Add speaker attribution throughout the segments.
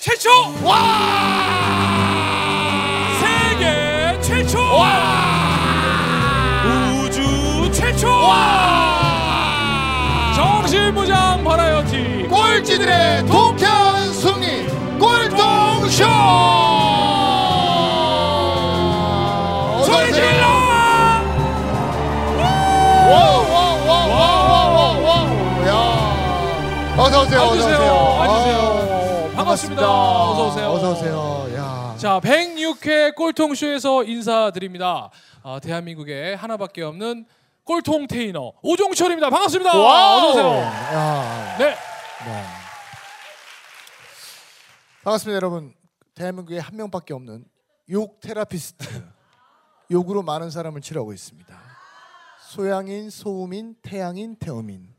Speaker 1: 최초 세계 최초 우주 최초 정신무장 버라이어티
Speaker 2: 꼴찌들의 독한 승리 꼴통쇼
Speaker 1: 소리 질러
Speaker 2: 어서 오세요. 어서
Speaker 1: 앉으세요,
Speaker 2: 오세요.
Speaker 1: 앉으세요.
Speaker 2: 어,
Speaker 1: 반갑습니다. 어서 오세요.
Speaker 2: 어서 오세요. 야.
Speaker 1: 자 106회 꼴통쇼에서 인사드립니다 아, 대한민국에 하나밖에 없는 꼴통 테이너 오종철입니다 반갑습니다 어서 오세요
Speaker 2: 야.
Speaker 1: 네
Speaker 2: 네. 반갑습니다, 여러분. 대한민국에 한 명밖에 없는 욕 테라피스트. 욕으로 많은 사람을 치료하고 있습니다. 소양인, 소음인, 태양인, 태음인.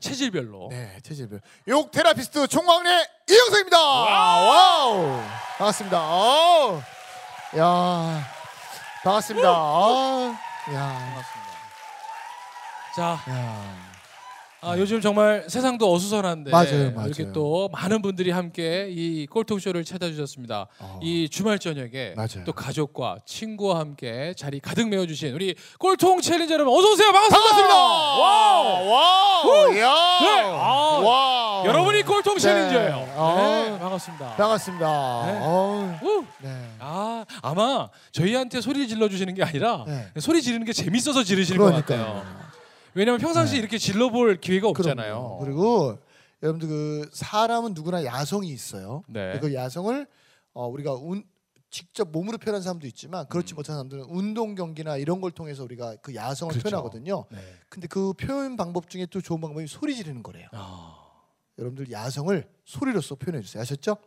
Speaker 1: 체질별로
Speaker 2: 네, 체질별. 욕 테라피스트 총광래 이영석입니다. 와우. 반갑습니다. 아우. 야. 반갑습니다. 아우. 야.
Speaker 1: 자
Speaker 2: 야.
Speaker 1: 아, 요즘 정말 세상도 어수선한데
Speaker 2: 맞아요, 맞아요.
Speaker 1: 이렇게 또 많은 분들이 함께 이 꼴통쇼를 찾아주셨습니다.
Speaker 2: 어.
Speaker 1: 이 주말 저녁에
Speaker 2: 맞아요.
Speaker 1: 또 가족과 친구와 함께 자리 가득 메워주신 우리 꼴통 챌린저 여러분 어서 오세요. 반갑습니다. 와우.
Speaker 2: 와우. 와우.
Speaker 1: 우.
Speaker 2: 야.
Speaker 1: 네. 아.
Speaker 2: 와우.
Speaker 1: 여러분이 꼴통
Speaker 2: 네.
Speaker 1: 챌린저예요.
Speaker 2: 어.
Speaker 1: 네, 반갑습니다.
Speaker 2: 반갑습니다.
Speaker 1: 네.
Speaker 2: 어우.
Speaker 1: 우.
Speaker 2: 네.
Speaker 1: 아 아마 저희한테 소리 질러 주시는 게 아니라
Speaker 2: 네.
Speaker 1: 소리 지르는 게 재밌어서 지르시는 것
Speaker 2: 그러니까요. 네.
Speaker 1: 같아요. 왜냐면 평상시 이렇게 질러볼 기회가 없잖아요.
Speaker 2: 그럼요. 그리고 여러분들 그 사람은 누구나 야성이 있어요.
Speaker 1: 네.
Speaker 2: 그 야성을 어, 우리가 운- 직접 몸으로 표현한 사람도 있지만 그렇지 못한 사람들은 운동 경기나 이런 걸 통해서 우리가 그 야성을
Speaker 1: 음. 그렇죠.
Speaker 2: 표현하거든요.
Speaker 1: 네.
Speaker 2: 근데 그 표현 방법 중에 또 좋은 방법이 소리 지르는 거래요.
Speaker 1: 아.
Speaker 2: 여러분들 야성을 소리로써 표현해 주세요. 아셨죠?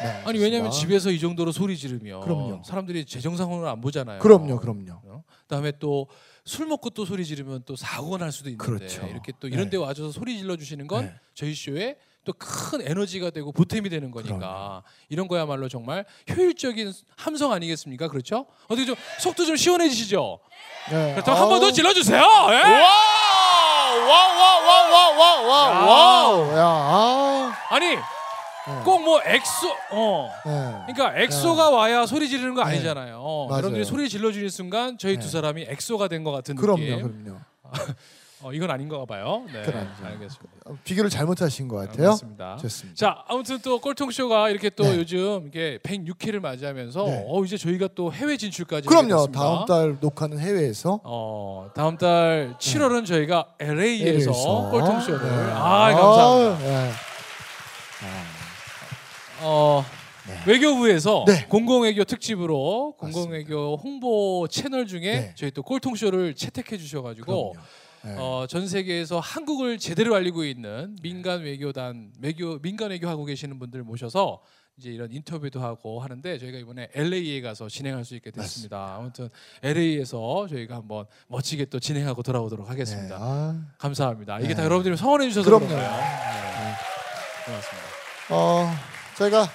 Speaker 2: 네,
Speaker 1: 아니
Speaker 2: 알겠습니다.
Speaker 1: 왜냐면 집에서 이 정도로 소리 지르면
Speaker 2: 그럼요.
Speaker 1: 사람들이 재정상으로 안 보잖아요.
Speaker 2: 그럼요, 그럼요.
Speaker 1: 다음에 또 술 먹고 또 소리 지르면 또 사고가 날 수도 있는데
Speaker 2: 그렇죠.
Speaker 1: 이렇게 또 이런
Speaker 2: 네.
Speaker 1: 데 와줘서 소리 질러 주시는 건
Speaker 2: 네.
Speaker 1: 저희 쇼에 또 큰 에너지가 되고 보탬이 되는 거니까 이런 거야말로 정말 효율적인 함성 아니겠습니까? 그렇죠? 어떻게 좀 속도 좀 시원해지시죠?
Speaker 2: 네.
Speaker 1: 그렇다면 한 번 더
Speaker 2: 아우.
Speaker 1: 질러 주세요. 예? 야.
Speaker 2: 와와와와와와와와야 아우.
Speaker 1: 아니 꼭 뭐 엑소 어
Speaker 2: 네.
Speaker 1: 그러니까 엑소가 와야 소리 지르는 거 아니잖아요.
Speaker 2: 맞아요. 네.
Speaker 1: 여러분들이 소리 질러 주는 순간 저희 두 사람이 엑소가 된 것 같은 느낌.
Speaker 2: 그럼요, 그럼요.
Speaker 1: 어, 이건 아닌가 봐요. 네,
Speaker 2: 그건 아니죠.
Speaker 1: 알겠습니다.
Speaker 2: 어, 비교를 잘못하신 것 같아요.
Speaker 1: 알겠습니다.
Speaker 2: 좋습니다.
Speaker 1: 자, 아무튼 또 꼴통 쇼가 이렇게 또
Speaker 2: 네.
Speaker 1: 요즘 이게 106회를 맞이하면서
Speaker 2: 네.
Speaker 1: 어, 이제 저희가 또 해외 진출까지 하게
Speaker 2: 그럼요.
Speaker 1: 됐습니다.
Speaker 2: 다음 달 녹화는 해외에서
Speaker 1: 어, 다음 달 7월은 저희가 LA에서
Speaker 2: 해외에서.
Speaker 1: 꼴통 쇼를
Speaker 2: 네.
Speaker 1: 아, 감사합니다.
Speaker 2: 아, 네.
Speaker 1: 어, 외교부에서
Speaker 2: 네.
Speaker 1: 공공외교 특집으로 공공외교 홍보 채널 중에
Speaker 2: 네.
Speaker 1: 저희 또 꼴통 쇼를 채택해 주셔가지고
Speaker 2: 그럼요. 네.
Speaker 1: 어, 전 세계에서 한국을 제대로 알리고 있는 민간 외교단 외교 민간 외교 하고 계시는 분들 모셔서 이제 이런 인터뷰도 하고 하는데 저희가 이번에 LA에 가서 진행할 수 있게 됐습니다. 아무튼 LA에서 저희가 한번 멋지게 또 진행하고 돌아오도록
Speaker 2: 네.
Speaker 1: 하겠습니다.
Speaker 2: 아.
Speaker 1: 감사합니다. 이게
Speaker 2: 네.
Speaker 1: 다 여러분들이 성원해 주셔서
Speaker 2: 그럼요.
Speaker 1: 그런 거예요. 네. 고맙습니다.
Speaker 2: 어, 저희가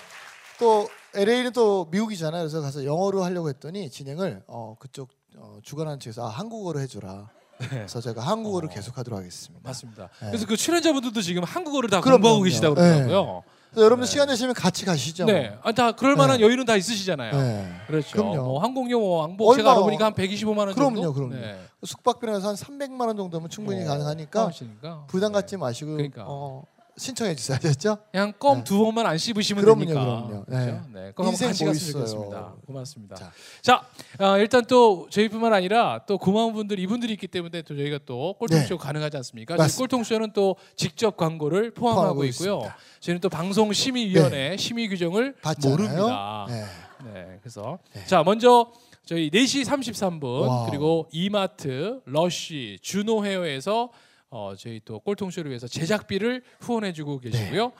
Speaker 2: 또 LA는 또 미국이잖아요. 그래서 가서 영어로 하려고 했더니 진행을 어, 그쪽 어, 주관하는 측에서 아, 한국어로 해줘라.
Speaker 1: 네.
Speaker 2: 그래서 제가 한국어를 계속하도록 하겠습니다.
Speaker 1: 맞습니다.
Speaker 2: 네.
Speaker 1: 그래서 그 출연자분들도 지금 한국어를 다
Speaker 2: 그럼요.
Speaker 1: 공부하고 계시다고
Speaker 2: 네.
Speaker 1: 그러더라고요.
Speaker 2: 그래서 여러분들 시간 되시면 같이 가시죠.
Speaker 1: 네, 아, 다 그럴 만한 여유는 다 있으시잖아요.
Speaker 2: 네.
Speaker 1: 그렇죠.
Speaker 2: 그럼요.
Speaker 1: 뭐 항공료 뭐 왕복 제가
Speaker 2: 얼마-
Speaker 1: 알아보니까 한 125만 원 정도.
Speaker 2: 그럼요, 그럼요. 숙박비라서 한 300만 원 정도면 충분히
Speaker 1: 어,
Speaker 2: 가능하니까
Speaker 1: 포함하시니까.
Speaker 2: 부담
Speaker 1: 네.
Speaker 2: 갖지 마시고
Speaker 1: 그러니까.
Speaker 2: 어, 신청해 주세요. 아셨죠?
Speaker 1: 그냥 껌 두 번만 안 씹으시면
Speaker 2: 네. 그럼요,
Speaker 1: 되니까.
Speaker 2: 그럼요. 네.
Speaker 1: 그렇죠? 네. 껌
Speaker 2: 인생
Speaker 1: 한번 같이
Speaker 2: 뭐
Speaker 1: 갔으면
Speaker 2: 있어요.
Speaker 1: 좋겠습니다. 고맙습니다. 자,
Speaker 2: 자.
Speaker 1: 아, 일단 또 저희뿐만 아니라 또 고마운 분들 이분들이 있기 때문에 또 저희가 또 꼴통쇼 가능하지 않습니까? 저희
Speaker 2: 네. 맞습니다.
Speaker 1: 꼴통쇼는 또 직접 광고를 포함하고
Speaker 2: 포함하고
Speaker 1: 있고요.
Speaker 2: 있습니다.
Speaker 1: 저희는 또 방송심의위원회 심의 규정을
Speaker 2: 봤잖아요.
Speaker 1: 모릅니다.
Speaker 2: 네.
Speaker 1: 네, 그래서 자 먼저 저희 4시 33분
Speaker 2: 와우.
Speaker 1: 그리고 이마트, 러쉬, 준호 헤어에서 어, 저희 또 꼴통쇼를 위해서 제작비를 후원해주고 계시고요.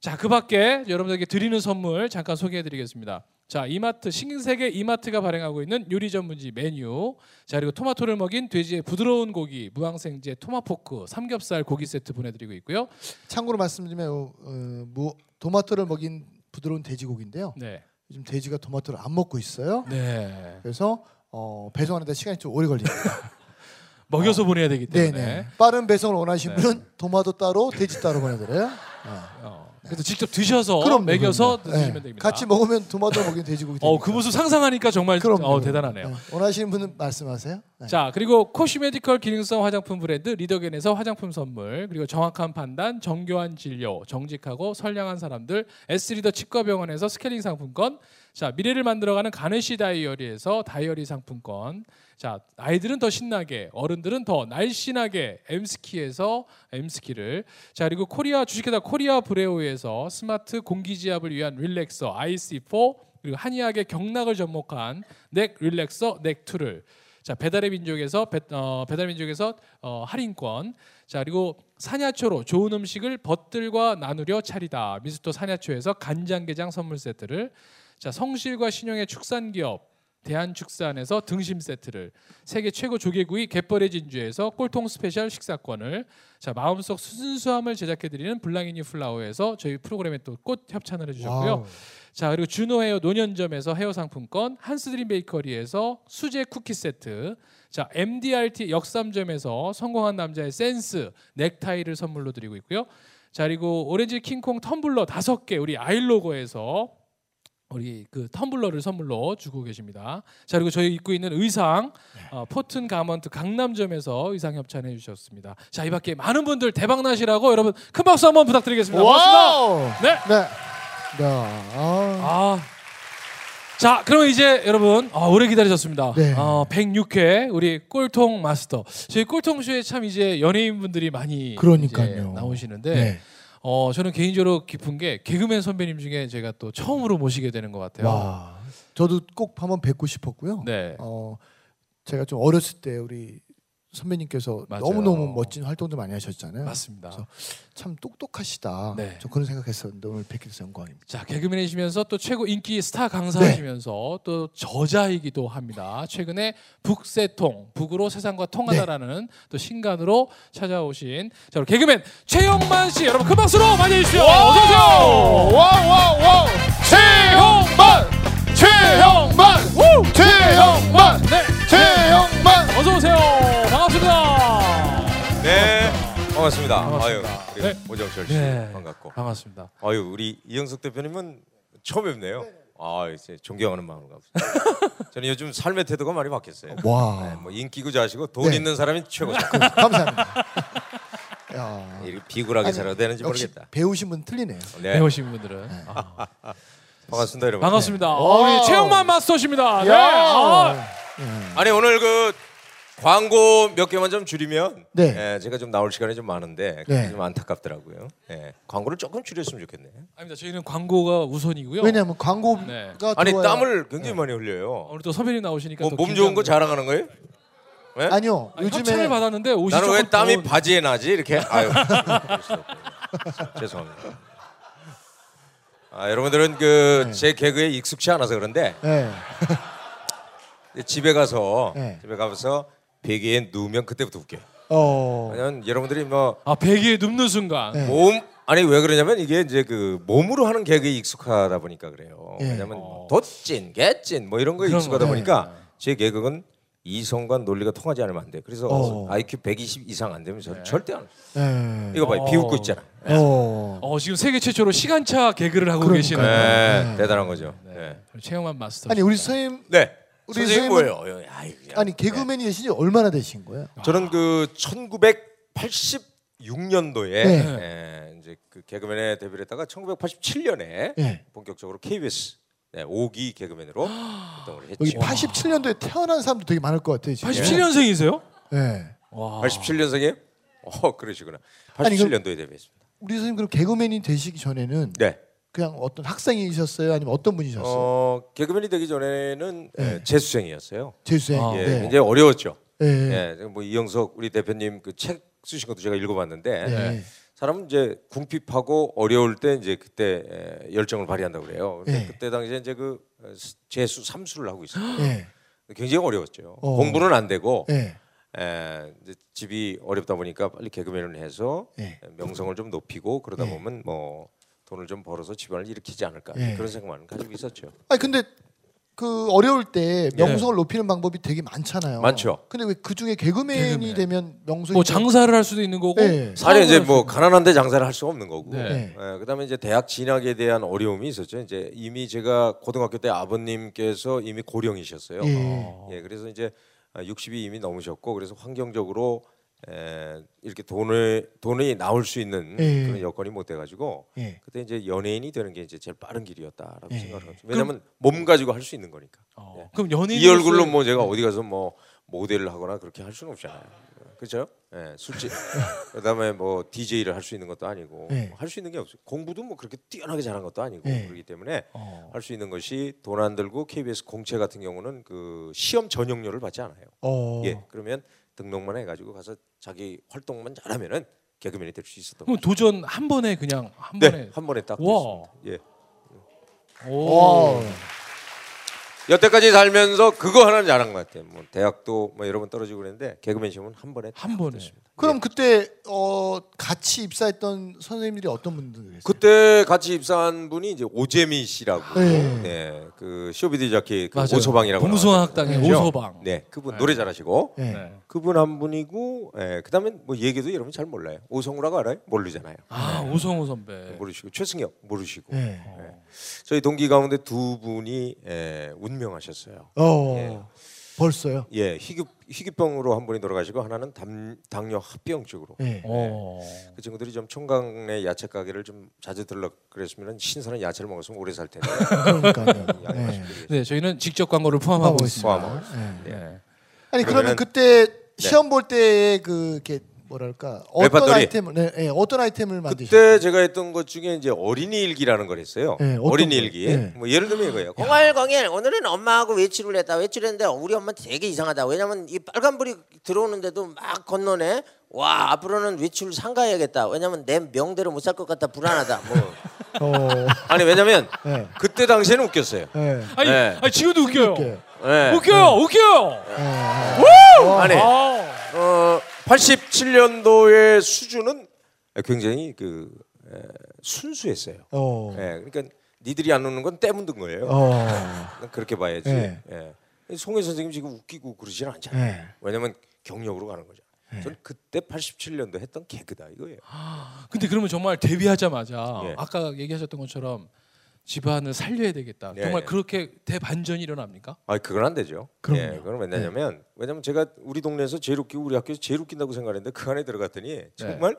Speaker 1: 자 그 밖에 여러분들에게 드리는 선물 잠깐 소개해드리겠습니다. 자 이마트 신세계 이마트가 발행하고 있는 요리 전문지 메뉴 자 그리고 토마토를 먹인 돼지의 부드러운 고기 무항생제 토마포크 삼겹살 고기 세트 보내드리고 있고요.
Speaker 2: 참고로 말씀드리면 어, 어, 무, 도마토를 먹인 부드러운 돼지고기인데요.
Speaker 1: 네,
Speaker 2: 요즘 돼지가 도마토를 안 먹고 있어요.
Speaker 1: 네
Speaker 2: 그래서 어, 배송하는데 시간이 좀 오래 걸립니다.
Speaker 1: 먹여서 보내야 되기 때문에
Speaker 2: 네네. 빠른 배송을 원하시는
Speaker 1: 네.
Speaker 2: 분은 도마토 따로, 돼지 따로 보내드려요. 네.
Speaker 1: 어, 그래서 직접 드셔서
Speaker 2: 그럼요,
Speaker 1: 먹여서
Speaker 2: 그럼요.
Speaker 1: 드시면
Speaker 2: 네.
Speaker 1: 됩니다.
Speaker 2: 같이 먹으면 도마도 먹인 돼지고기.
Speaker 1: 어,
Speaker 2: 됩니다.
Speaker 1: 그 모습 상상하니까 정말
Speaker 2: 그럼요,
Speaker 1: 어,
Speaker 2: 그럼요.
Speaker 1: 대단하네요.
Speaker 2: 네. 원하시는 분은 말씀하세요. 네.
Speaker 1: 자 그리고 코시메디컬 기능성 화장품 브랜드 리더겐에서 화장품 선물 그리고 정확한 판단 정교한 진료 정직하고 선량한 사람들 S리더 치과병원에서 스케일링 상품권 자 미래를 만들어가는 가네시 다이어리에서 다이어리 상품권 자 아이들은 더 신나게 어른들은 더 날씬하게 엠스키에서 엠스키를 자 그리고 코리아 주식회사 코리아 브레오에서 스마트 공기지압을 위한 릴렉서 IC4 그리고 한의학의 경락을 접목한 넥 릴렉서 넥2를 자 배달의 민족에서 배, 어, 배달 민족에서 어, 할인권 자 그리고 사냐초로 좋은 음식을 벗들과 나누려 차리다 미스터 사냐초에서 간장게장 선물 세트를 자 성실과 신용의 축산기업 대한축산에서 등심 세트를 세계 최고 조개구이 갯벌의 진주에서 꼴통 스페셜 식사권을 자 마음속 순수함을 제작해드리는 블랑이니 플라워에서 저희 프로그램에 또 꽃 협찬을 해주셨고요
Speaker 2: 와우.
Speaker 1: 자 그리고 준호 헤어 노년점에서 헤어 상품권 한스드림 베이커리에서 수제 쿠키 세트 자 MDRT 역삼점에서 성공한 남자의 센스 넥타이를 선물로 드리고 있고요 자 그리고 오렌지 킹콩 텀블러 다섯 개 우리 아일로거에서 우리 그 텀블러를 선물로 주고 계십니다 자 그리고 저희 입고 있는 의상 어, 포튼 가먼트 강남점에서 의상 협찬해 주셨습니다 자 이 밖에 많은 분들 대박 나시라고 여러분 큰 박수 한번 부탁드리겠습니다 고맙습니다
Speaker 2: 와우.
Speaker 1: 네
Speaker 2: 네. 네. 아.
Speaker 1: 아. 자, 그럼 이제 여러분 아, 오래 기다리셨습니다.
Speaker 2: 네.
Speaker 1: 어, 106회 우리 꼴통 마스터. 저희 꼴통 쇼에 참 이제 연예인 분들이 많이
Speaker 2: 그러니까요. 네.
Speaker 1: 이제 나오시는데 어, 저는 개인적으로 깊은 게 개그맨 선배님 중에 제가 또 처음으로 모시게 되는 것 같아요.
Speaker 2: 와. 저도 꼭 한번 뵙고 싶었고요.
Speaker 3: 예.
Speaker 1: 네.
Speaker 2: 어 제가 좀 어렸을 때 우리 선배님께서
Speaker 1: 맞아요.
Speaker 2: 너무 너무 멋진 활동도 많이 하셨잖아요.
Speaker 1: 맞습니다.
Speaker 2: 그래서 참 똑똑하시다.
Speaker 1: 네.
Speaker 2: 저 그런 생각했었는데 오늘 뵙기돼서 영광입니다.
Speaker 1: 자 개그맨이시면서 또 최고 인기 스타 강사이시면서 또 저자이기도 합니다. 최근에 북새통 북으로 세상과 통하다라는 또 신간으로 찾아오신 자 우리 개그맨 최영만 씨 여러분 큰 박수로 맞이해 주십시오. 어서 오세요.
Speaker 2: 와와와
Speaker 1: 최영만 최영만 우
Speaker 2: 최영만
Speaker 1: 네
Speaker 2: 최영만
Speaker 1: 어서 오세요. 반갑습니다.
Speaker 3: 네, 반갑습니다.
Speaker 1: 반갑습니다.
Speaker 3: 아유, 그리고
Speaker 1: 네.
Speaker 3: 오정철 씨
Speaker 1: 네.
Speaker 3: 반갑고.
Speaker 1: 반갑습니다.
Speaker 3: 아유, 우리 이영석 대표님은 처음 뵙네요. 아, 이제 존경하는 마음으로 가보시죠. 저는 요즘 삶의 태도가 많이 바뀌었어요.
Speaker 2: 와.
Speaker 3: 네, 뭐 인기 구자시고 돈
Speaker 2: 네.
Speaker 3: 있는 사람이 최고죠.
Speaker 2: 감사합니다. 야.
Speaker 3: 이렇게 비굴하게
Speaker 2: 아니,
Speaker 3: 살아도 되는지
Speaker 2: 역시
Speaker 3: 모르겠다.
Speaker 2: 배우신 분 틀리네요.
Speaker 3: 네,
Speaker 1: 배우신 분들은 아,
Speaker 3: 반갑습니다, 여러분.
Speaker 1: 반갑습니다. 아,
Speaker 2: 와우.
Speaker 1: 우리 최영만 마스터십니다. 네. 아,
Speaker 2: 야.
Speaker 3: 네. 아니 오늘 그 광고 몇 개만 좀 줄이면
Speaker 2: 네.
Speaker 3: 예, 제가 좀 나올 시간이 좀 많은데 그게
Speaker 2: 네.
Speaker 3: 좀 안타깝더라고요. 예, 광고를 조금 줄였으면 좋겠네.
Speaker 1: 아닙니다. 저희는 광고가 우선이고요.
Speaker 2: 왜냐하면 광고가
Speaker 1: 네.
Speaker 3: 아니
Speaker 2: 들어와야-
Speaker 3: 땀을
Speaker 2: 네.
Speaker 3: 굉장히 많이 흘려요.
Speaker 1: 오늘 또 선배님 나오시니까
Speaker 3: 뭐
Speaker 1: 아, 그러니까 또
Speaker 3: 몸 좋은 거
Speaker 1: 긴장돼요.
Speaker 3: 자랑하는 거예요? 예?
Speaker 2: 아니요.
Speaker 1: 아니, 협찬을
Speaker 2: 요즘에
Speaker 1: 받았는데 옷이
Speaker 3: 나는
Speaker 1: 조금
Speaker 3: 왜 땀이
Speaker 1: 더운- 네.
Speaker 3: 바지에 나지 이렇게? 아유, 그럴 수 없고. 죄송합니다. 아, 여러분들은 그
Speaker 1: 네.
Speaker 3: 제 개그에 익숙치 않아서 그런데
Speaker 2: 네.
Speaker 3: 집에 가서
Speaker 2: 네.
Speaker 3: 집에 가서 베개에 누우면 그때부터 웃겨요.
Speaker 2: 어.
Speaker 3: 왜냐면 여러분들이 뭐
Speaker 1: 아 베개에 눕는 순간
Speaker 2: 네.
Speaker 3: 몸 아니 왜 그러냐면 이게 이제 그 몸으로 하는 개그에 익숙하다 보니까 그래요.
Speaker 2: 예.
Speaker 3: 왜냐면 뭐
Speaker 1: 어.
Speaker 3: 덧진, 개찐 뭐 이런 거에
Speaker 1: 그런 네.
Speaker 3: 익숙하다
Speaker 2: 거.
Speaker 3: 보니까 제 개그는 이성과 논리가 통하지 않으면 안 돼. 그래서
Speaker 2: 어.
Speaker 3: IQ 120 이상 안 되면 저 절대 안.
Speaker 2: 네.
Speaker 3: 이거 봐요.
Speaker 1: 어.
Speaker 3: 비웃고 있잖아.
Speaker 2: 어.
Speaker 1: 어 지금 세계 최초로 시간차 개그를 하고
Speaker 2: 그러니까요.
Speaker 3: 네,
Speaker 1: 계시는
Speaker 3: 대단한 거죠. 네.
Speaker 1: 최영만 마스터
Speaker 2: 아니 우리 선생님
Speaker 3: 네.
Speaker 2: 우리
Speaker 3: 선생님
Speaker 2: 선생님은-
Speaker 3: 뭐예요? 아이, 그냥.
Speaker 2: 아니 개그맨이 되신 지 얼마나 되신 거예요?
Speaker 3: 저는 그 1986년도에
Speaker 2: 네.
Speaker 3: 이제 그 개그맨에 데뷔를 했다가 1987년에
Speaker 2: 예.
Speaker 3: 본격적으로 KBS 네, 5기 개그맨으로 활동을
Speaker 2: 여기
Speaker 3: 했죠.
Speaker 2: 87년도에 태어난 사람도 되게 많을 것 같아요. 지금.
Speaker 1: 87년생이세요?
Speaker 2: 예.
Speaker 1: 와
Speaker 3: 87년생이에요? 어, 그러시구나.
Speaker 2: 아니, 그럼-
Speaker 3: 87년도에 데뷔했습니다.
Speaker 2: 우리 선생님 그럼 개그맨이 되시기 전에는
Speaker 3: 네.
Speaker 2: 그냥 어떤 학생이셨어요? 아니면 어떤 분이셨어요?
Speaker 3: 어, 개그맨이 되기 전에는 예, 재수생이었어요.
Speaker 2: 재수생.
Speaker 1: 아,
Speaker 3: 예,
Speaker 2: 네.
Speaker 3: 굉장히 어려웠죠.
Speaker 2: 예.
Speaker 3: 예, 뭐 이영석 우리 대표님 그 책 쓰신 것도 제가 읽어봤는데
Speaker 2: 예.
Speaker 3: 사람은 이제 궁핍하고 어려울 때 이제 그때 에, 열정을 발휘한다고 그래요. 근데
Speaker 1: 네.
Speaker 2: 예.
Speaker 3: 그때 당시에 이제 그 어, 스- 재수 삼수를 하고 있어요.
Speaker 2: 예.
Speaker 3: 굉장히 어려웠죠.
Speaker 2: 어.
Speaker 3: 공부는 안 되고
Speaker 1: 네.
Speaker 2: 예.
Speaker 3: 에, 이제 집이 어렵다 보니까 빨리 개그맨을 해서
Speaker 2: 예.
Speaker 3: 명성을 좀 높이고 그러다
Speaker 1: 네.
Speaker 2: 예.
Speaker 3: 보면 뭐 돈을 좀 벌어서 집안을 일으키지 않을까
Speaker 1: 네.
Speaker 2: 예.
Speaker 3: 그런 생각만 가지고 있었죠.
Speaker 2: 아니 근데 그 어려울 때 명성을 높이는 방법이 되게 많잖아요.
Speaker 3: 많죠.
Speaker 2: 근데 왜 그 중에 개그맨이
Speaker 1: 개그맨.
Speaker 2: 되면 명성이
Speaker 1: 뭐 장사를 할 수도 있는 거고
Speaker 2: 네.
Speaker 3: 사실
Speaker 1: 사업을
Speaker 3: 이제
Speaker 1: 할 수도
Speaker 3: 뭐 가난한데 장사를 할 수가 없는 거고.
Speaker 1: 네.
Speaker 2: 네.
Speaker 3: 예, 그다음에 이제 대학 진학에 대한 어려움이 있었죠. 이제 이미 제가 고등학교 때 아버님께서 이미 고령이셨어요.
Speaker 2: 예.
Speaker 3: 예, 그래서 이제 아, 60이 이미 넘으셨고 그래서 환경적으로 에, 이렇게 돈을 돈이 나올 수 있는
Speaker 2: 예.
Speaker 3: 그런 여건이 못 돼가지고
Speaker 2: 예.
Speaker 3: 그때 이제 연예인이 되는 게 이제 제일 빠른 길이었다라고
Speaker 2: 예.
Speaker 3: 생각을 합니다. 왜냐하면 몸 가지고 할 수 있는 거니까.
Speaker 1: 어,
Speaker 3: 예.
Speaker 1: 그럼 연예인
Speaker 3: 이 얼굴로 뭐 제가 어디 가서 뭐 모델을 하거나 그렇게 할 수는 없잖아요. 그렇죠? 예, 술집. 그다음에 뭐 DJ를 할 수 있는 것도 아니고
Speaker 1: 예.
Speaker 3: 뭐
Speaker 2: 네.
Speaker 3: 할 수 있는 게 없어요. 공부도 뭐 그렇게 뛰어나게 잘한 것도 아니고
Speaker 2: 네.
Speaker 3: 그렇기 때문에
Speaker 1: 어.
Speaker 3: 할 수 있는 것이 돈 안 들고 KBS 공채 같은 경우는 그 시험 전형료를 받지 않아요.
Speaker 2: 어.
Speaker 3: 예. 그러면 등록만 해 가지고 가서 자기 활동만 잘하면은 개그맨이 될 수 있었던
Speaker 1: 그럼
Speaker 3: 거죠.
Speaker 1: 도전 한 번에 그냥 한
Speaker 3: 네.
Speaker 1: 번에
Speaker 3: 한 번에 딱
Speaker 1: 와.
Speaker 3: 됐습니다. 예.
Speaker 1: 오.
Speaker 2: 와.
Speaker 3: 여태까지 살면서 그거 하나는 잘한 것 같아요. 뭐 대학도 뭐 여러 번 떨어지고 그랬는데 개그맨 시험은 한 번에
Speaker 1: 한 번에
Speaker 2: 그럼 그때 어 같이 입사했던 선생님들이 어떤 분들 계세요?
Speaker 3: 그때 같이 입사한 분이 이제 오재미 씨라고
Speaker 2: 네.
Speaker 3: 네. 그 쇼비디 자키 그
Speaker 1: 맞아요.
Speaker 3: 오소방이라고
Speaker 1: 동숭아
Speaker 3: 나왔었거든요.
Speaker 1: 학당의
Speaker 3: 그죠?
Speaker 1: 오소방.
Speaker 3: 네 그분
Speaker 1: 네.
Speaker 3: 노래 잘하시고
Speaker 2: 예.
Speaker 1: 네.
Speaker 3: 그분 한 분이고 예, 그다음에 뭐 얘기도 여러분 잘 몰라요 오성우라고 알아요 모르잖아요
Speaker 1: 아 오성우 선배.
Speaker 3: 모르시고 최승혁 모르시고
Speaker 2: 예.
Speaker 3: 저희 동기 가운데 두 분이 예, 운명하셨어요
Speaker 2: 어.
Speaker 3: 예.
Speaker 2: 벌써요.
Speaker 3: 예 희귀 희귀병으로 한 분이 돌아가시고 하나는 담, 당뇨 합병증으로
Speaker 2: 예.
Speaker 1: 어.
Speaker 3: 그 친구들이 좀 총각내 야채 가게를 좀 자주 들러 그랬으면 신선한 야채를 먹었으면 오래 살 텐데
Speaker 2: 그러니까요. 예.
Speaker 3: 양말씀드리겠습니다.
Speaker 1: 네 저희는 직접 광고를
Speaker 2: 하고
Speaker 1: 포함하고 있습니다.
Speaker 2: 있습니다. 예.
Speaker 3: 포함하고
Speaker 1: 네.
Speaker 2: 아니 그러면
Speaker 3: 그러면은- 네.
Speaker 2: 그때 시험 볼 때의 그 이렇게 뭐랄까 어떤
Speaker 3: 레파토리.
Speaker 2: 아이템을 네, 예, 어떤 아이템을 만드셨어요?
Speaker 3: 그때 제가 했던 것 중에 이제 어린이 일기라는 걸 했어요.
Speaker 2: 네, 어떤
Speaker 3: 어린이
Speaker 2: 거요?
Speaker 3: 일기.
Speaker 2: 네.
Speaker 3: 뭐 예를 들면 이거예요. 어,
Speaker 4: 공활 공일 오늘은 엄마하고 외출을 했다 외출했는데 우리 엄마 되게 이상하다 왜냐면 이 빨간불이 들어오는데도 막 건너네 와 앞으로는 외출 상가해야겠다 왜냐면 내 명대로 못 살 것 같다 불안하다 뭐
Speaker 2: 어.
Speaker 3: 아니 왜냐면
Speaker 2: 네.
Speaker 3: 그때 당시에는 웃겼어요.
Speaker 2: 예.
Speaker 1: 아니,
Speaker 3: 네.
Speaker 1: 아니 지금도 웃겨요.
Speaker 2: 이렇게.
Speaker 3: 네.
Speaker 1: 웃겨요, 웃겨요.
Speaker 2: 예.
Speaker 3: 아니
Speaker 1: 아.
Speaker 3: 어, 87년도의 수준은 굉장히 그 에, 순수했어요.
Speaker 2: 어.
Speaker 3: 예, 그러니까 니들이 안 우는 건 때묻은 거예요.
Speaker 2: 어.
Speaker 3: 그렇게 봐야지.
Speaker 2: 네.
Speaker 3: 예. 송혜 선생님 지금 웃기고 그러진 않잖아요.
Speaker 2: 네.
Speaker 3: 왜냐면 경력으로 가는 거죠.
Speaker 2: 예.
Speaker 3: 저는 그때 87년도 했던 개그다 이거예요.
Speaker 1: 근데 그러면 정말 데뷔하자마자
Speaker 3: 예.
Speaker 1: 아까 얘기하셨던 것처럼 집안을 살려야 되겠다.
Speaker 3: 예,
Speaker 1: 정말
Speaker 3: 예.
Speaker 1: 그렇게 대반전이 일어납니까?
Speaker 3: 아 그건 안 되죠. 예, 그건 왜냐냐면
Speaker 2: 네.
Speaker 3: 왜냐면 제가 우리 동네에서 제일 웃기고 우리 학교에서 제일 웃긴다고 생각했는데 그 안에 들어갔더니
Speaker 2: 네.
Speaker 3: 정말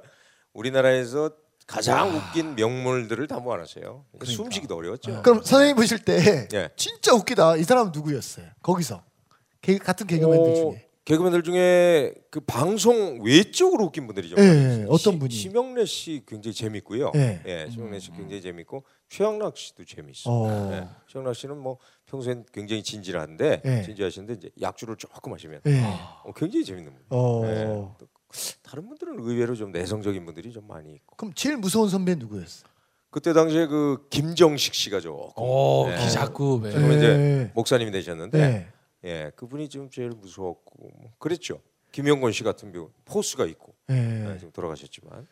Speaker 3: 우리나라에서 가장 웃긴 명물들을 다 모아놨어요. 그러니까 숨쉬기도 어려웠죠.
Speaker 2: 그러니까. 아. 그럼 선생님 보실 때
Speaker 3: 예.
Speaker 2: 진짜 웃기다 이 사람 누구였어요? 거기서 개, 같은 개그맨들
Speaker 3: 어,
Speaker 2: 중에
Speaker 3: 개그맨들 중에 그 방송 외적으로 웃긴 분들이 죠
Speaker 2: 예, 예, 어떤 분이?
Speaker 3: 심영래 씨 굉장히 재밌고요.
Speaker 2: 예.
Speaker 3: 예, 심영래 씨 굉장히 재밌고 최영락 씨도 재밌어. 요
Speaker 2: 어.
Speaker 3: 예, 최영락 씨는 뭐 평소엔 굉장히 진지한데
Speaker 2: 예.
Speaker 3: 진지하신데 이제 약주를 조금 하시면
Speaker 2: 예.
Speaker 3: 어, 굉장히 재밌는 분.
Speaker 2: 어.
Speaker 3: 네. 다른 분들은 의외로 좀 내성적인 분들이 좀 많이 있고
Speaker 2: 그럼 제일 무서운 선배 누구였어요?
Speaker 3: 그때 당시에 그 김정식 씨가 조금
Speaker 1: 어,
Speaker 3: 네.
Speaker 1: 기 자꾸 왜?
Speaker 3: 그러면
Speaker 2: 예.
Speaker 3: 이제 목사님이 되셨는데
Speaker 2: 네.
Speaker 3: 예 그분이 지금 제일 무서웠고 뭐 그랬죠 김영건 씨 같은 경우 포스가 있고
Speaker 2: 예.
Speaker 3: 예, 지금 돌아가셨지만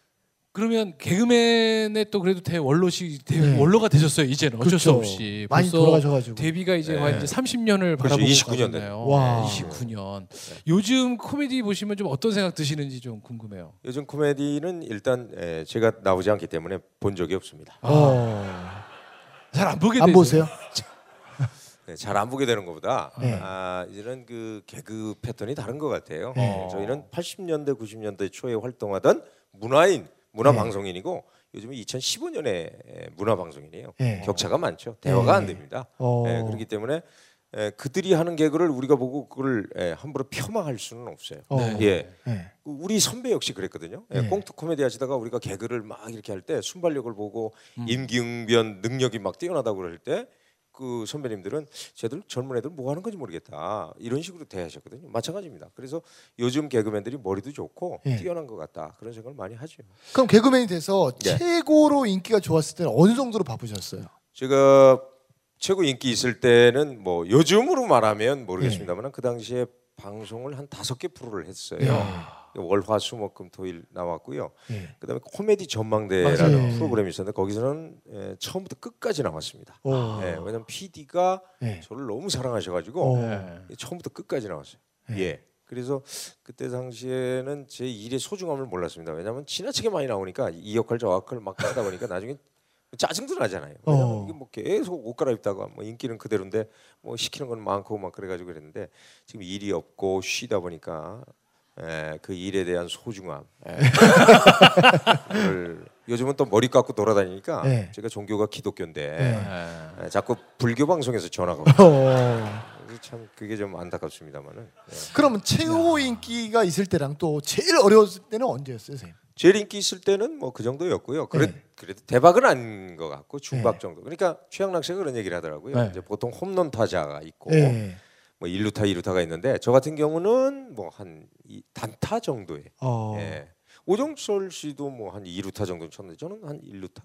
Speaker 1: 그러면 개그맨의 또 그래도 대 원로시 대
Speaker 2: 네.
Speaker 1: 원로가 되셨어요. 이제는 어쩔 수
Speaker 2: 그렇죠.
Speaker 1: 없이
Speaker 2: 많이
Speaker 1: 벌써
Speaker 2: 돌아가셔가지고.
Speaker 1: 데뷔가 이제
Speaker 3: 네.
Speaker 1: 거의 이제 30년을
Speaker 3: 그렇죠.
Speaker 1: 바라보고
Speaker 3: 29 년
Speaker 1: 가잖아요.
Speaker 2: 와.
Speaker 1: 29년. 요즘 코미디 보시면 좀 어떤 생각 드시는지 좀 궁금해요.
Speaker 3: 요즘 코미디는 일단 예, 제가 나오지 않기 때문에 본 적이 없습니다
Speaker 1: 아.
Speaker 2: 어.
Speaker 1: 잘 안 보게 되죠.
Speaker 2: 안 보세요?
Speaker 3: 네, 잘 안 보게 되는 것보다
Speaker 2: 네.
Speaker 3: 아, 이제는 그 개그 패턴이 다른 것 같아요
Speaker 1: 네.
Speaker 3: 저희는 80년대 90년대 초에 활동하던 문화인
Speaker 2: 네.
Speaker 3: 문화 방송인이고 요즘은 2015년에 문화 방송인이에요
Speaker 2: 네.
Speaker 3: 격차가 많죠 대화가 안
Speaker 2: 네.
Speaker 3: 됩니다
Speaker 2: 어.
Speaker 3: 예, 그렇기 때문에 예, 그들이 하는 개그를 우리가 보고 그걸 예, 함부로 폄하할 수는 없어요.
Speaker 2: 어.
Speaker 3: 예.
Speaker 2: 예.
Speaker 3: 그 우리 선배 역시 그랬거든요. 예,
Speaker 2: 네.
Speaker 3: 꽁트 코미디 하시다가 우리가 개그를 막 이렇게 할 때 순발력을 보고 임기응변 능력이 막 뛰어나다고 그럴 때 그 선배님들은 쟤들 젊은 애들 뭐 하는 건지 모르겠다 이런 식으로 대하셨거든요. 마찬가지입니다. 그래서 요즘 개그맨들이 머리도 좋고
Speaker 2: 예.
Speaker 3: 뛰어난 것 같다 그런 생각을 많이 하죠.
Speaker 2: 그럼 개그맨이 돼서
Speaker 3: 예.
Speaker 2: 최고로 인기가 좋았을 때는 어느 정도로 바쁘셨어요?
Speaker 3: 제가 최고 인기 있을 때는 뭐 요즘으로 말하면 모르겠습니다만 그 당시에 방송을 한 다섯 개 프로를 했어요. 월화수목금토일 나왔고요.
Speaker 2: 예.
Speaker 3: 그다음에 코미디 전망대라는
Speaker 2: 맞아요.
Speaker 3: 프로그램이 있었는데 거기서는 예, 처음부터 끝까지 나왔습니다.
Speaker 2: 오.
Speaker 3: 예, 왜냐면 PD가
Speaker 2: 아, 예.
Speaker 3: 저를 너무 사랑하셔가지고
Speaker 2: 오.
Speaker 1: 예.
Speaker 3: 예, 처음부터 끝까지 나왔어요.
Speaker 2: 네.
Speaker 3: 예. 그래서 그때 당시에는 제 일의 소중함을 몰랐습니다. 왜냐하면 지나치게 많이 나오니까 이 역할 저 역할 막 하다 보니까 나중에 짜증도 나잖아요. 왜냐면
Speaker 2: 어.
Speaker 3: 이게 뭐 계속 옷 갈아입다가 뭐 인기는 그대로인데 뭐 시키는 건 많고 막 그래가지고 그랬는데 지금 일이 없고 쉬다 보니까 에, 그 일에 대한 소중함. 예. 그걸 네. 요즘은 또 머리 깎고 돌아다니니까
Speaker 2: 네.
Speaker 3: 제가 종교가 기독교인데
Speaker 2: 네.
Speaker 1: 예.
Speaker 3: 에, 자꾸 불교 방송에서 전화가 오고 그래서 참 그게 좀 안타깝습니다만은. 예.
Speaker 2: 어. 그러면 최고 인기가 있을 때랑 또 제일 어려웠을 때는 언제였어요, 선생님?
Speaker 3: 제일 인기 있을 때는 뭐 그 정도였고요. 그래,
Speaker 2: 네.
Speaker 3: 그래도 대박은 아닌 것 같고 중박
Speaker 2: 네.
Speaker 3: 정도. 그러니까 최양락 씨가 그런 얘기를 하더라고요.
Speaker 1: 네.
Speaker 3: 이제 보통 홈런 타자가 있고
Speaker 2: 예.
Speaker 3: 뭐 일루타 이루타가 있는데 저 같은 경우는 뭐 한 단타 정도에.
Speaker 2: 어.
Speaker 3: 예. 오정철 씨도 뭐 한 이루타 정도 쳤는데 저는 한 일루타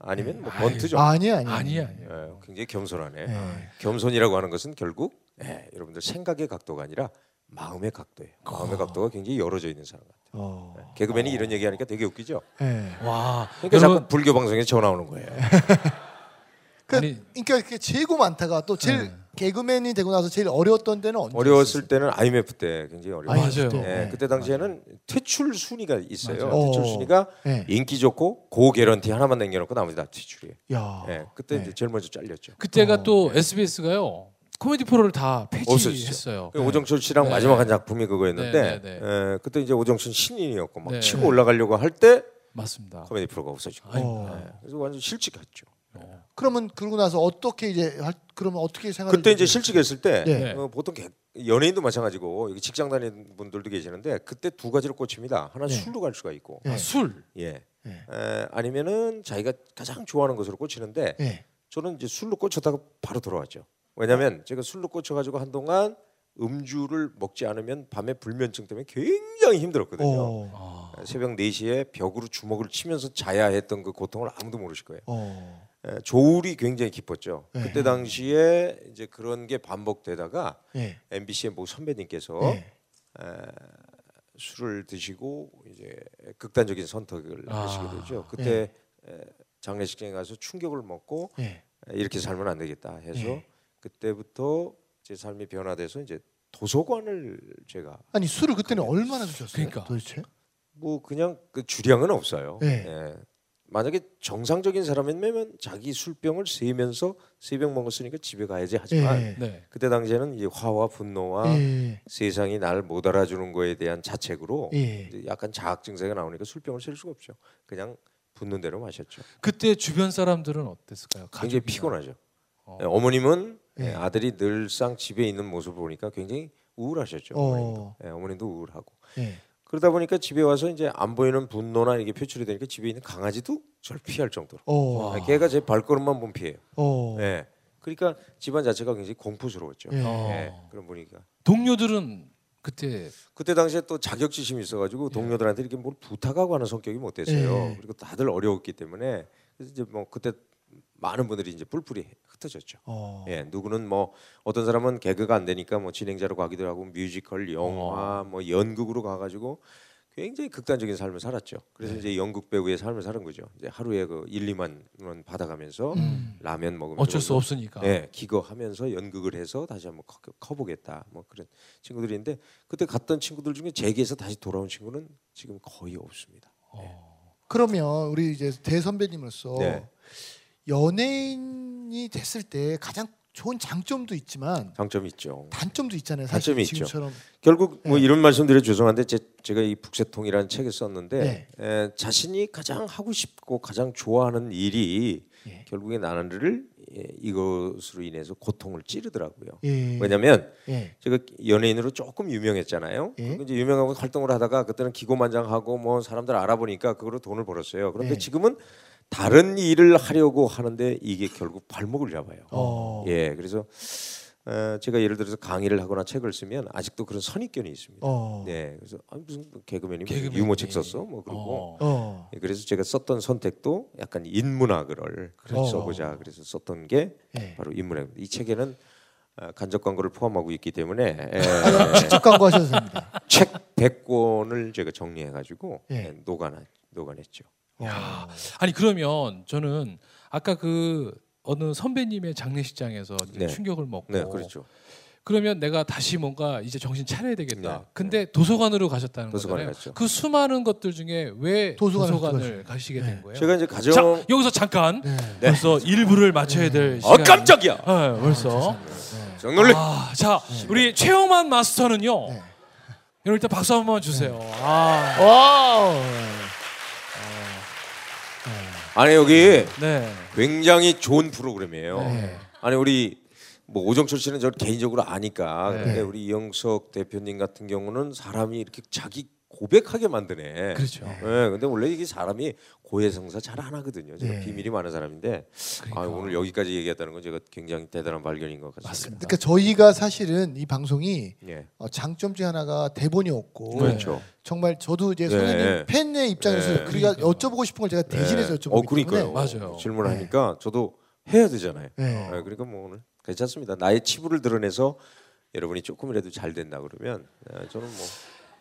Speaker 3: 아니면 뭐 번트 정도.
Speaker 2: 네. 아니 아니.
Speaker 1: 아니야. 아니야.
Speaker 3: 예, 굉장히 겸손하네. 아,
Speaker 2: 네.
Speaker 3: 겸손이라고 하는 것은 결국 예, 여러분들 생각의 각도가 아니라 마음의 각도예요. 마음의
Speaker 1: 아.
Speaker 3: 각도가 굉장히 열어져 있는 사람 같아요.
Speaker 2: 어.
Speaker 3: 개그맨이 이런 얘기하니까 되게 웃기죠.
Speaker 2: 예.
Speaker 1: 와.
Speaker 3: 그러니까
Speaker 1: 여러분, 네,
Speaker 3: 자꾸 불교 방송에 전화 오는 거예요.
Speaker 2: 그,
Speaker 1: 아니-
Speaker 2: 그러니까 예. 그게 최고 많다가 또 제일 개그맨이 되고 나서 제일 어려웠던 때는 언제?
Speaker 3: 어려웠을 때는 IMF 때 굉장히
Speaker 1: 맞아요.
Speaker 3: 어려웠어요.
Speaker 2: 때.
Speaker 3: 예,
Speaker 2: 네.
Speaker 3: 그때 당시에는 퇴출 순위가 있어요.
Speaker 2: 맞아요.
Speaker 3: 퇴출
Speaker 2: 어.
Speaker 3: 순위가
Speaker 2: 네.
Speaker 3: 인기 좋고 고 개런티 하나만 남겨놓고 나머지 다 퇴출이에요.
Speaker 1: 아,
Speaker 2: 야.
Speaker 3: 예, 그때
Speaker 2: 네.
Speaker 3: 이제 제일 먼저 잘렸죠.
Speaker 1: 그때가
Speaker 2: 어.
Speaker 1: 또 SBS가요. 코미디 프로를 다 폐지했어요.
Speaker 3: 없어졌죠. 그 오정철 씨랑
Speaker 1: 네.
Speaker 3: 마지막 한 작품이 그거였는데
Speaker 1: 네, 네,
Speaker 3: 예, 그때 이제 오정철 신인이었고 막
Speaker 1: 네.
Speaker 3: 치고 올라가려고 할 때
Speaker 1: 맞습니다.
Speaker 3: 아, 코미디 프로가 없어지고
Speaker 2: 아이고.
Speaker 3: 예, 그래서 완전 실직했죠.
Speaker 2: 그러면 그러고 나서 어떻게 이제 할- 그러면 어떻게 생활?
Speaker 3: 그때 이제 실직했을 때
Speaker 2: 네.
Speaker 3: 어, 보통 개- 연예인도 마찬가지고 여기 직장 다니는 분들도 계시는데 그때 두 가지로 꽂힙니다. 하나 는
Speaker 2: 네.
Speaker 3: 술로 갈 수가 있고
Speaker 1: 아, 술.
Speaker 3: 예.
Speaker 2: 예.
Speaker 3: 에, 아니면은 자기가 가장 좋아하는 것으로 꽂히는데
Speaker 2: 예.
Speaker 3: 저는 이제 술로 꽂혔다가 바로 돌아왔죠.
Speaker 2: 네.
Speaker 3: 왜냐하면 제가 술로 꽂혀가지고 한동안 음주를 먹지 않으면 밤에 불면증 때문에 굉장히 힘들었거든요.
Speaker 2: 어.
Speaker 1: 아,
Speaker 3: 에, 새벽 4시에 벽으로 주먹을 치면서 자야 했던 그 고통을 아무도 모르실 거예요.
Speaker 2: 어.
Speaker 3: 에, 조울이 굉장히 깊었죠.
Speaker 2: 네.
Speaker 3: 그때 당시에 이제 그런 게 반복되다가
Speaker 2: 예.
Speaker 3: MBC의 모 선배님께서
Speaker 1: 네.
Speaker 2: 예.
Speaker 3: 술을 드시고 이제 극단적인 선택을
Speaker 1: 아. 네.
Speaker 3: 하시게 되죠. 그때 에, 장례식장에 가서 충격을 먹고
Speaker 2: 예.
Speaker 3: 에, 이렇게 살면 안 되겠다 해서
Speaker 1: 네.
Speaker 2: 예.
Speaker 3: 그때부터 제 삶이 변화돼서 이제 도서관을 제가
Speaker 2: 아니 술을 그때는 얼마나 드셨어요?
Speaker 1: 그러니까.
Speaker 2: 도대체?
Speaker 3: 뭐 그냥 그 주량은 없어요.
Speaker 2: 예.
Speaker 1: 네.
Speaker 3: 예. 만약에 정상적인 사람이면 자기 술병을 세면서 세병 먹었으니까 집에 가야지 하지만 아,
Speaker 2: 예.
Speaker 1: 네.
Speaker 3: 그때 당시에는 이제 화와 분노와
Speaker 2: 예.
Speaker 3: 세상이 날 못 알아주는 거에 대한 자책으로
Speaker 2: 예.
Speaker 3: 뭐, 이제 약간 자학 증세가 나오니까 술병을 셀 수가 없죠. 그냥 붙는 대로 마셨죠.
Speaker 1: 그때 주변 사람들은 어땠을까요?
Speaker 3: 굉장히
Speaker 1: 가족이나.
Speaker 3: 피곤하죠.
Speaker 1: 어.
Speaker 3: 어. 어머님은
Speaker 2: 예.
Speaker 3: 예, 아들이 늘상 집에 있는 모습을 보니까 굉장히 우울하셨죠.
Speaker 2: 어.
Speaker 3: 어머님도, 예, 어머님도 우울하고
Speaker 2: 예.
Speaker 3: 그러다 보니까 집에 와서 이제 안 보이는 분노나 이게 표출이 되니까 집에 있는 강아지도 저를 피할 정도로.
Speaker 2: 어.
Speaker 3: 예, 걔가 제 발걸음만 보면 피해요.
Speaker 2: 어.
Speaker 3: 예. 그러니까 집안 자체가 굉장히 공포스러웠죠.
Speaker 2: 예.
Speaker 1: 어.
Speaker 3: 예, 그런 분위기가.
Speaker 1: 동료들은 그때
Speaker 3: 그때 당시에 또 자격지심이
Speaker 1: 예.
Speaker 3: 있어가지고 동료들한테 이렇게 뭘 부탁하고 하는 성격이 못 됐어요.
Speaker 2: 예.
Speaker 3: 그리고 다들 어려웠기 때문에 그래서 이제 뭐 그때 많은 분들이 이제 뿔뿔이 흩어졌죠.
Speaker 2: 어.
Speaker 3: 예, 누구는 뭐 어떤 사람은 개그가 안 되니까 뭐 진행자로 가기도 하고 뮤지컬,
Speaker 1: 어.
Speaker 3: 영화, 뭐 연극으로 가가지고 굉장히 극단적인 삶을 살았죠. 그래서
Speaker 1: 예.
Speaker 3: 이제 연극 배우의 삶을 사는 거죠. 이제 하루에 그 1, 2만 원 받아가면서 라면 먹으면서
Speaker 1: 음. 어쩔 수 없으니까.
Speaker 3: 예, 기거하면서 연극을 해서 다시 한번 커, 커보겠다. 뭐 그런 친구들인데 그때 갔던 친구들 중에 재기에서 다시 돌아온 친구는 지금 거의 없습니다.
Speaker 2: 그러면 우리 이제 대선배님으로서
Speaker 3: 네.
Speaker 2: 연예인이 됐을 때 가장 좋은 장점도 있지만
Speaker 3: 장점이 있죠.
Speaker 2: 단점도 있잖아요. 사실
Speaker 3: 단점이 있죠.
Speaker 2: 지금처럼
Speaker 3: 결국 뭐 이런 말씀드려 죄송한데 제, 제가 이 북새통이라는 책을
Speaker 2: 네.
Speaker 3: 썼는데 에, 자신이 가장 하고 싶고 가장 좋아하는 일이
Speaker 2: 예.
Speaker 3: 결국에 나를 예, 이것으로 인해서 고통을 찌르더라고요.
Speaker 2: 예.
Speaker 3: 왜냐하면
Speaker 2: 예.
Speaker 3: 제가 연예인으로 조금 유명했잖아요.
Speaker 2: 예.
Speaker 3: 그리고 이제 유명하고 활동을 하다가 그때는 기고만장하고 뭐 사람들 알아보니까 그거로 돈을 벌었어요. 그런데
Speaker 2: 네.
Speaker 3: 지금은 다른 일을 하려고 하는데 이게 결국 발목을 잡아요.
Speaker 2: 어.
Speaker 3: 예, 그래서 어, 제가 예를 들어서 강의를 하거나 책을 쓰면 아직도 그런 선입견이 있습니다.
Speaker 2: 어.
Speaker 3: 네, 그래서 아, 무슨 개그맨이, 무슨
Speaker 1: 개그맨이.
Speaker 3: 유머책 썼어, 뭐 그러고.
Speaker 1: 어.
Speaker 2: 어.
Speaker 3: 예, 그래서 제가 썼던 선택도 약간 인문학을
Speaker 2: 어.
Speaker 3: 써보자 그래서 썼던 게
Speaker 2: 예.
Speaker 1: 네.
Speaker 3: 네. 바로 인문학입니다. 이 책에는 어, 간접 광고를 포함하고 있기 때문에 예,
Speaker 2: 직접 광고하셔도 됩니다.
Speaker 3: 책 100권을 제가 정리해가지고
Speaker 2: 예.
Speaker 3: 예, 녹아나 녹아냈죠.
Speaker 2: 어.
Speaker 1: 아니 그러면 저는 아까 그 어느 선배님의 장례식장에서 이제
Speaker 3: 네.
Speaker 1: 충격을 먹고
Speaker 3: 네, 그렇죠.
Speaker 1: 그러면 내가 다시 뭔가 이제 정신 차려야 되겠다.
Speaker 3: 네.
Speaker 1: 근데 도서관으로 가셨다는
Speaker 3: 도서관에
Speaker 1: 거잖아요.
Speaker 3: 갔죠.
Speaker 1: 그 수많은 것들 중에 왜
Speaker 2: 도서관을 네.
Speaker 1: 도서관을 가시게 된 거예요?
Speaker 3: 제가 이제
Speaker 1: 자,
Speaker 3: 가정
Speaker 1: 여기서 잠깐 벌써 일부를 맞춰야
Speaker 2: 네.
Speaker 1: 될
Speaker 3: 아
Speaker 1: 시간.
Speaker 3: 깜짝이야.
Speaker 2: 아,
Speaker 1: 벌써.
Speaker 3: 정놀래
Speaker 1: 아, 자, 우리 최영만 마스터는요.
Speaker 2: 네.
Speaker 1: 여러분 일단 박수 한 번만 주세요. 아,
Speaker 2: 와우.
Speaker 3: 아니 여기
Speaker 1: 네.
Speaker 3: 굉장히 좋은 프로그램이에요.
Speaker 1: 네.
Speaker 3: 아니 우리 뭐 오정철 씨는 저 개인적으로 아니까
Speaker 1: 네.
Speaker 3: 근데 우리 이영석 대표님 같은 경우는 사람이 이렇게 자기 고백하게 만드네.
Speaker 1: 그렇죠.
Speaker 3: 예, 근데 원래 이게 사람이 고해성사 잘 안 하거든요. 제가
Speaker 2: 네.
Speaker 3: 비밀이 많은 사람인데
Speaker 2: 그러니까.
Speaker 3: 아, 오늘 여기까지 얘기했다는 건 제가 굉장히 대단한 발견인 것 같습니다.
Speaker 1: 그러니까. 맞습니다. 네.
Speaker 2: 그러니까 저희가 사실은 이 방송이
Speaker 3: 예.
Speaker 2: 어, 장점 중에 하나가 대본이 없고
Speaker 3: 그렇죠.
Speaker 2: 정말 저도 이제
Speaker 3: 네.
Speaker 2: 선생님 팬의 입장에서
Speaker 3: 네.
Speaker 2: 그러니까 여쭤보고 싶은 걸 제가
Speaker 1: 네.
Speaker 2: 대신해서
Speaker 3: 예.
Speaker 2: 여쭤보기
Speaker 3: 어, 그러니까요.
Speaker 2: 때문에
Speaker 1: 맞아요. 네.
Speaker 3: 질문을 하니까 저도 해야 되잖아요.
Speaker 2: 네.
Speaker 3: 예, 그러니까 뭐 오늘 괜찮습니다. 나의 치부를 드러내서 여러분이 조금이라도 잘 된다 그러면 예, 저는 뭐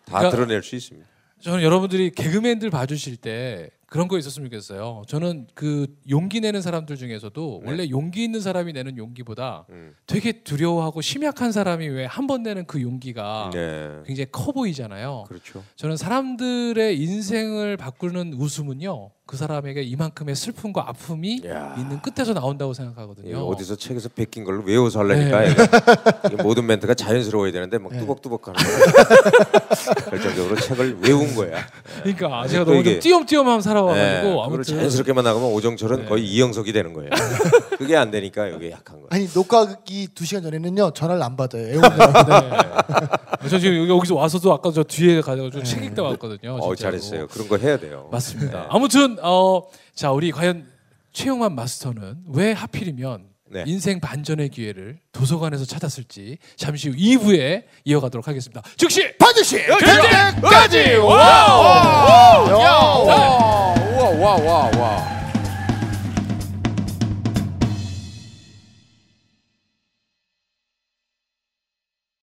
Speaker 3: 다
Speaker 1: 그러니까-
Speaker 3: 드러낼 수 있습니다.
Speaker 1: 저는 여러분들이 개그맨들 봐주실 때 그런 거 있었으면 좋겠어요. 저는 그 용기 내는 사람들 중에서도 원래 용기 있는 사람이 내는 용기보다
Speaker 3: 네. 음.
Speaker 1: 되게 두려워하고 심약한 사람이 왜 한 번 내는 그 용기가
Speaker 3: 네.
Speaker 1: 굉장히 커 보이잖아요.
Speaker 3: 그렇죠.
Speaker 1: 저는 사람들의 인생을 바꾸는 웃음은요 그 사람에게 이만큼의 슬픔과 아픔이
Speaker 3: 야.
Speaker 1: 있는 끝에서 나온다고
Speaker 3: 예,
Speaker 1: 생각하거든요.
Speaker 3: 어디서 책에서 베낀 걸로 외워서 하려니까
Speaker 1: 네.
Speaker 3: 얘가 이게 모든 멘트가 자연스러워야 되는데 막 뚜벅뚜벅 하는 거야. 결정적으로 책을 외운 거야.
Speaker 1: 그러니까
Speaker 3: 아니,
Speaker 1: 제가
Speaker 3: 또
Speaker 1: 너무
Speaker 3: 이게-
Speaker 1: 좀 띄엄띄엄하면 살아와가지고
Speaker 3: 네, 그걸
Speaker 1: 아무튼 네.
Speaker 3: 자연스럽게만 나가면 오정철은 거의 이영석이 되는 거예요. 그게 안 되니까 여기 약한 거예요.
Speaker 2: 아니 녹화기 두 시간 전에는요 전화를 안 받아요. 애원이라고.
Speaker 1: 네. 저 지금 여기 여기서 와서도 아까 저 뒤에 가져가지고 책 읽다 왔거든요.
Speaker 3: 어,
Speaker 1: 아, 진짜로.
Speaker 3: 잘했어요. 그런 거 해야 돼요.
Speaker 1: 맞습니다. 아무튼 어, 자 우리 과연 최용환 마스터는 왜 하필이면
Speaker 3: 네.
Speaker 1: 인생 반전의 기회를 도서관에서 찾았을지 잠시 후 2부에 이어가도록 하겠습니다. 즉시
Speaker 2: 반드시
Speaker 1: 그때까지
Speaker 2: 와우. 와우.
Speaker 5: 와와와 와.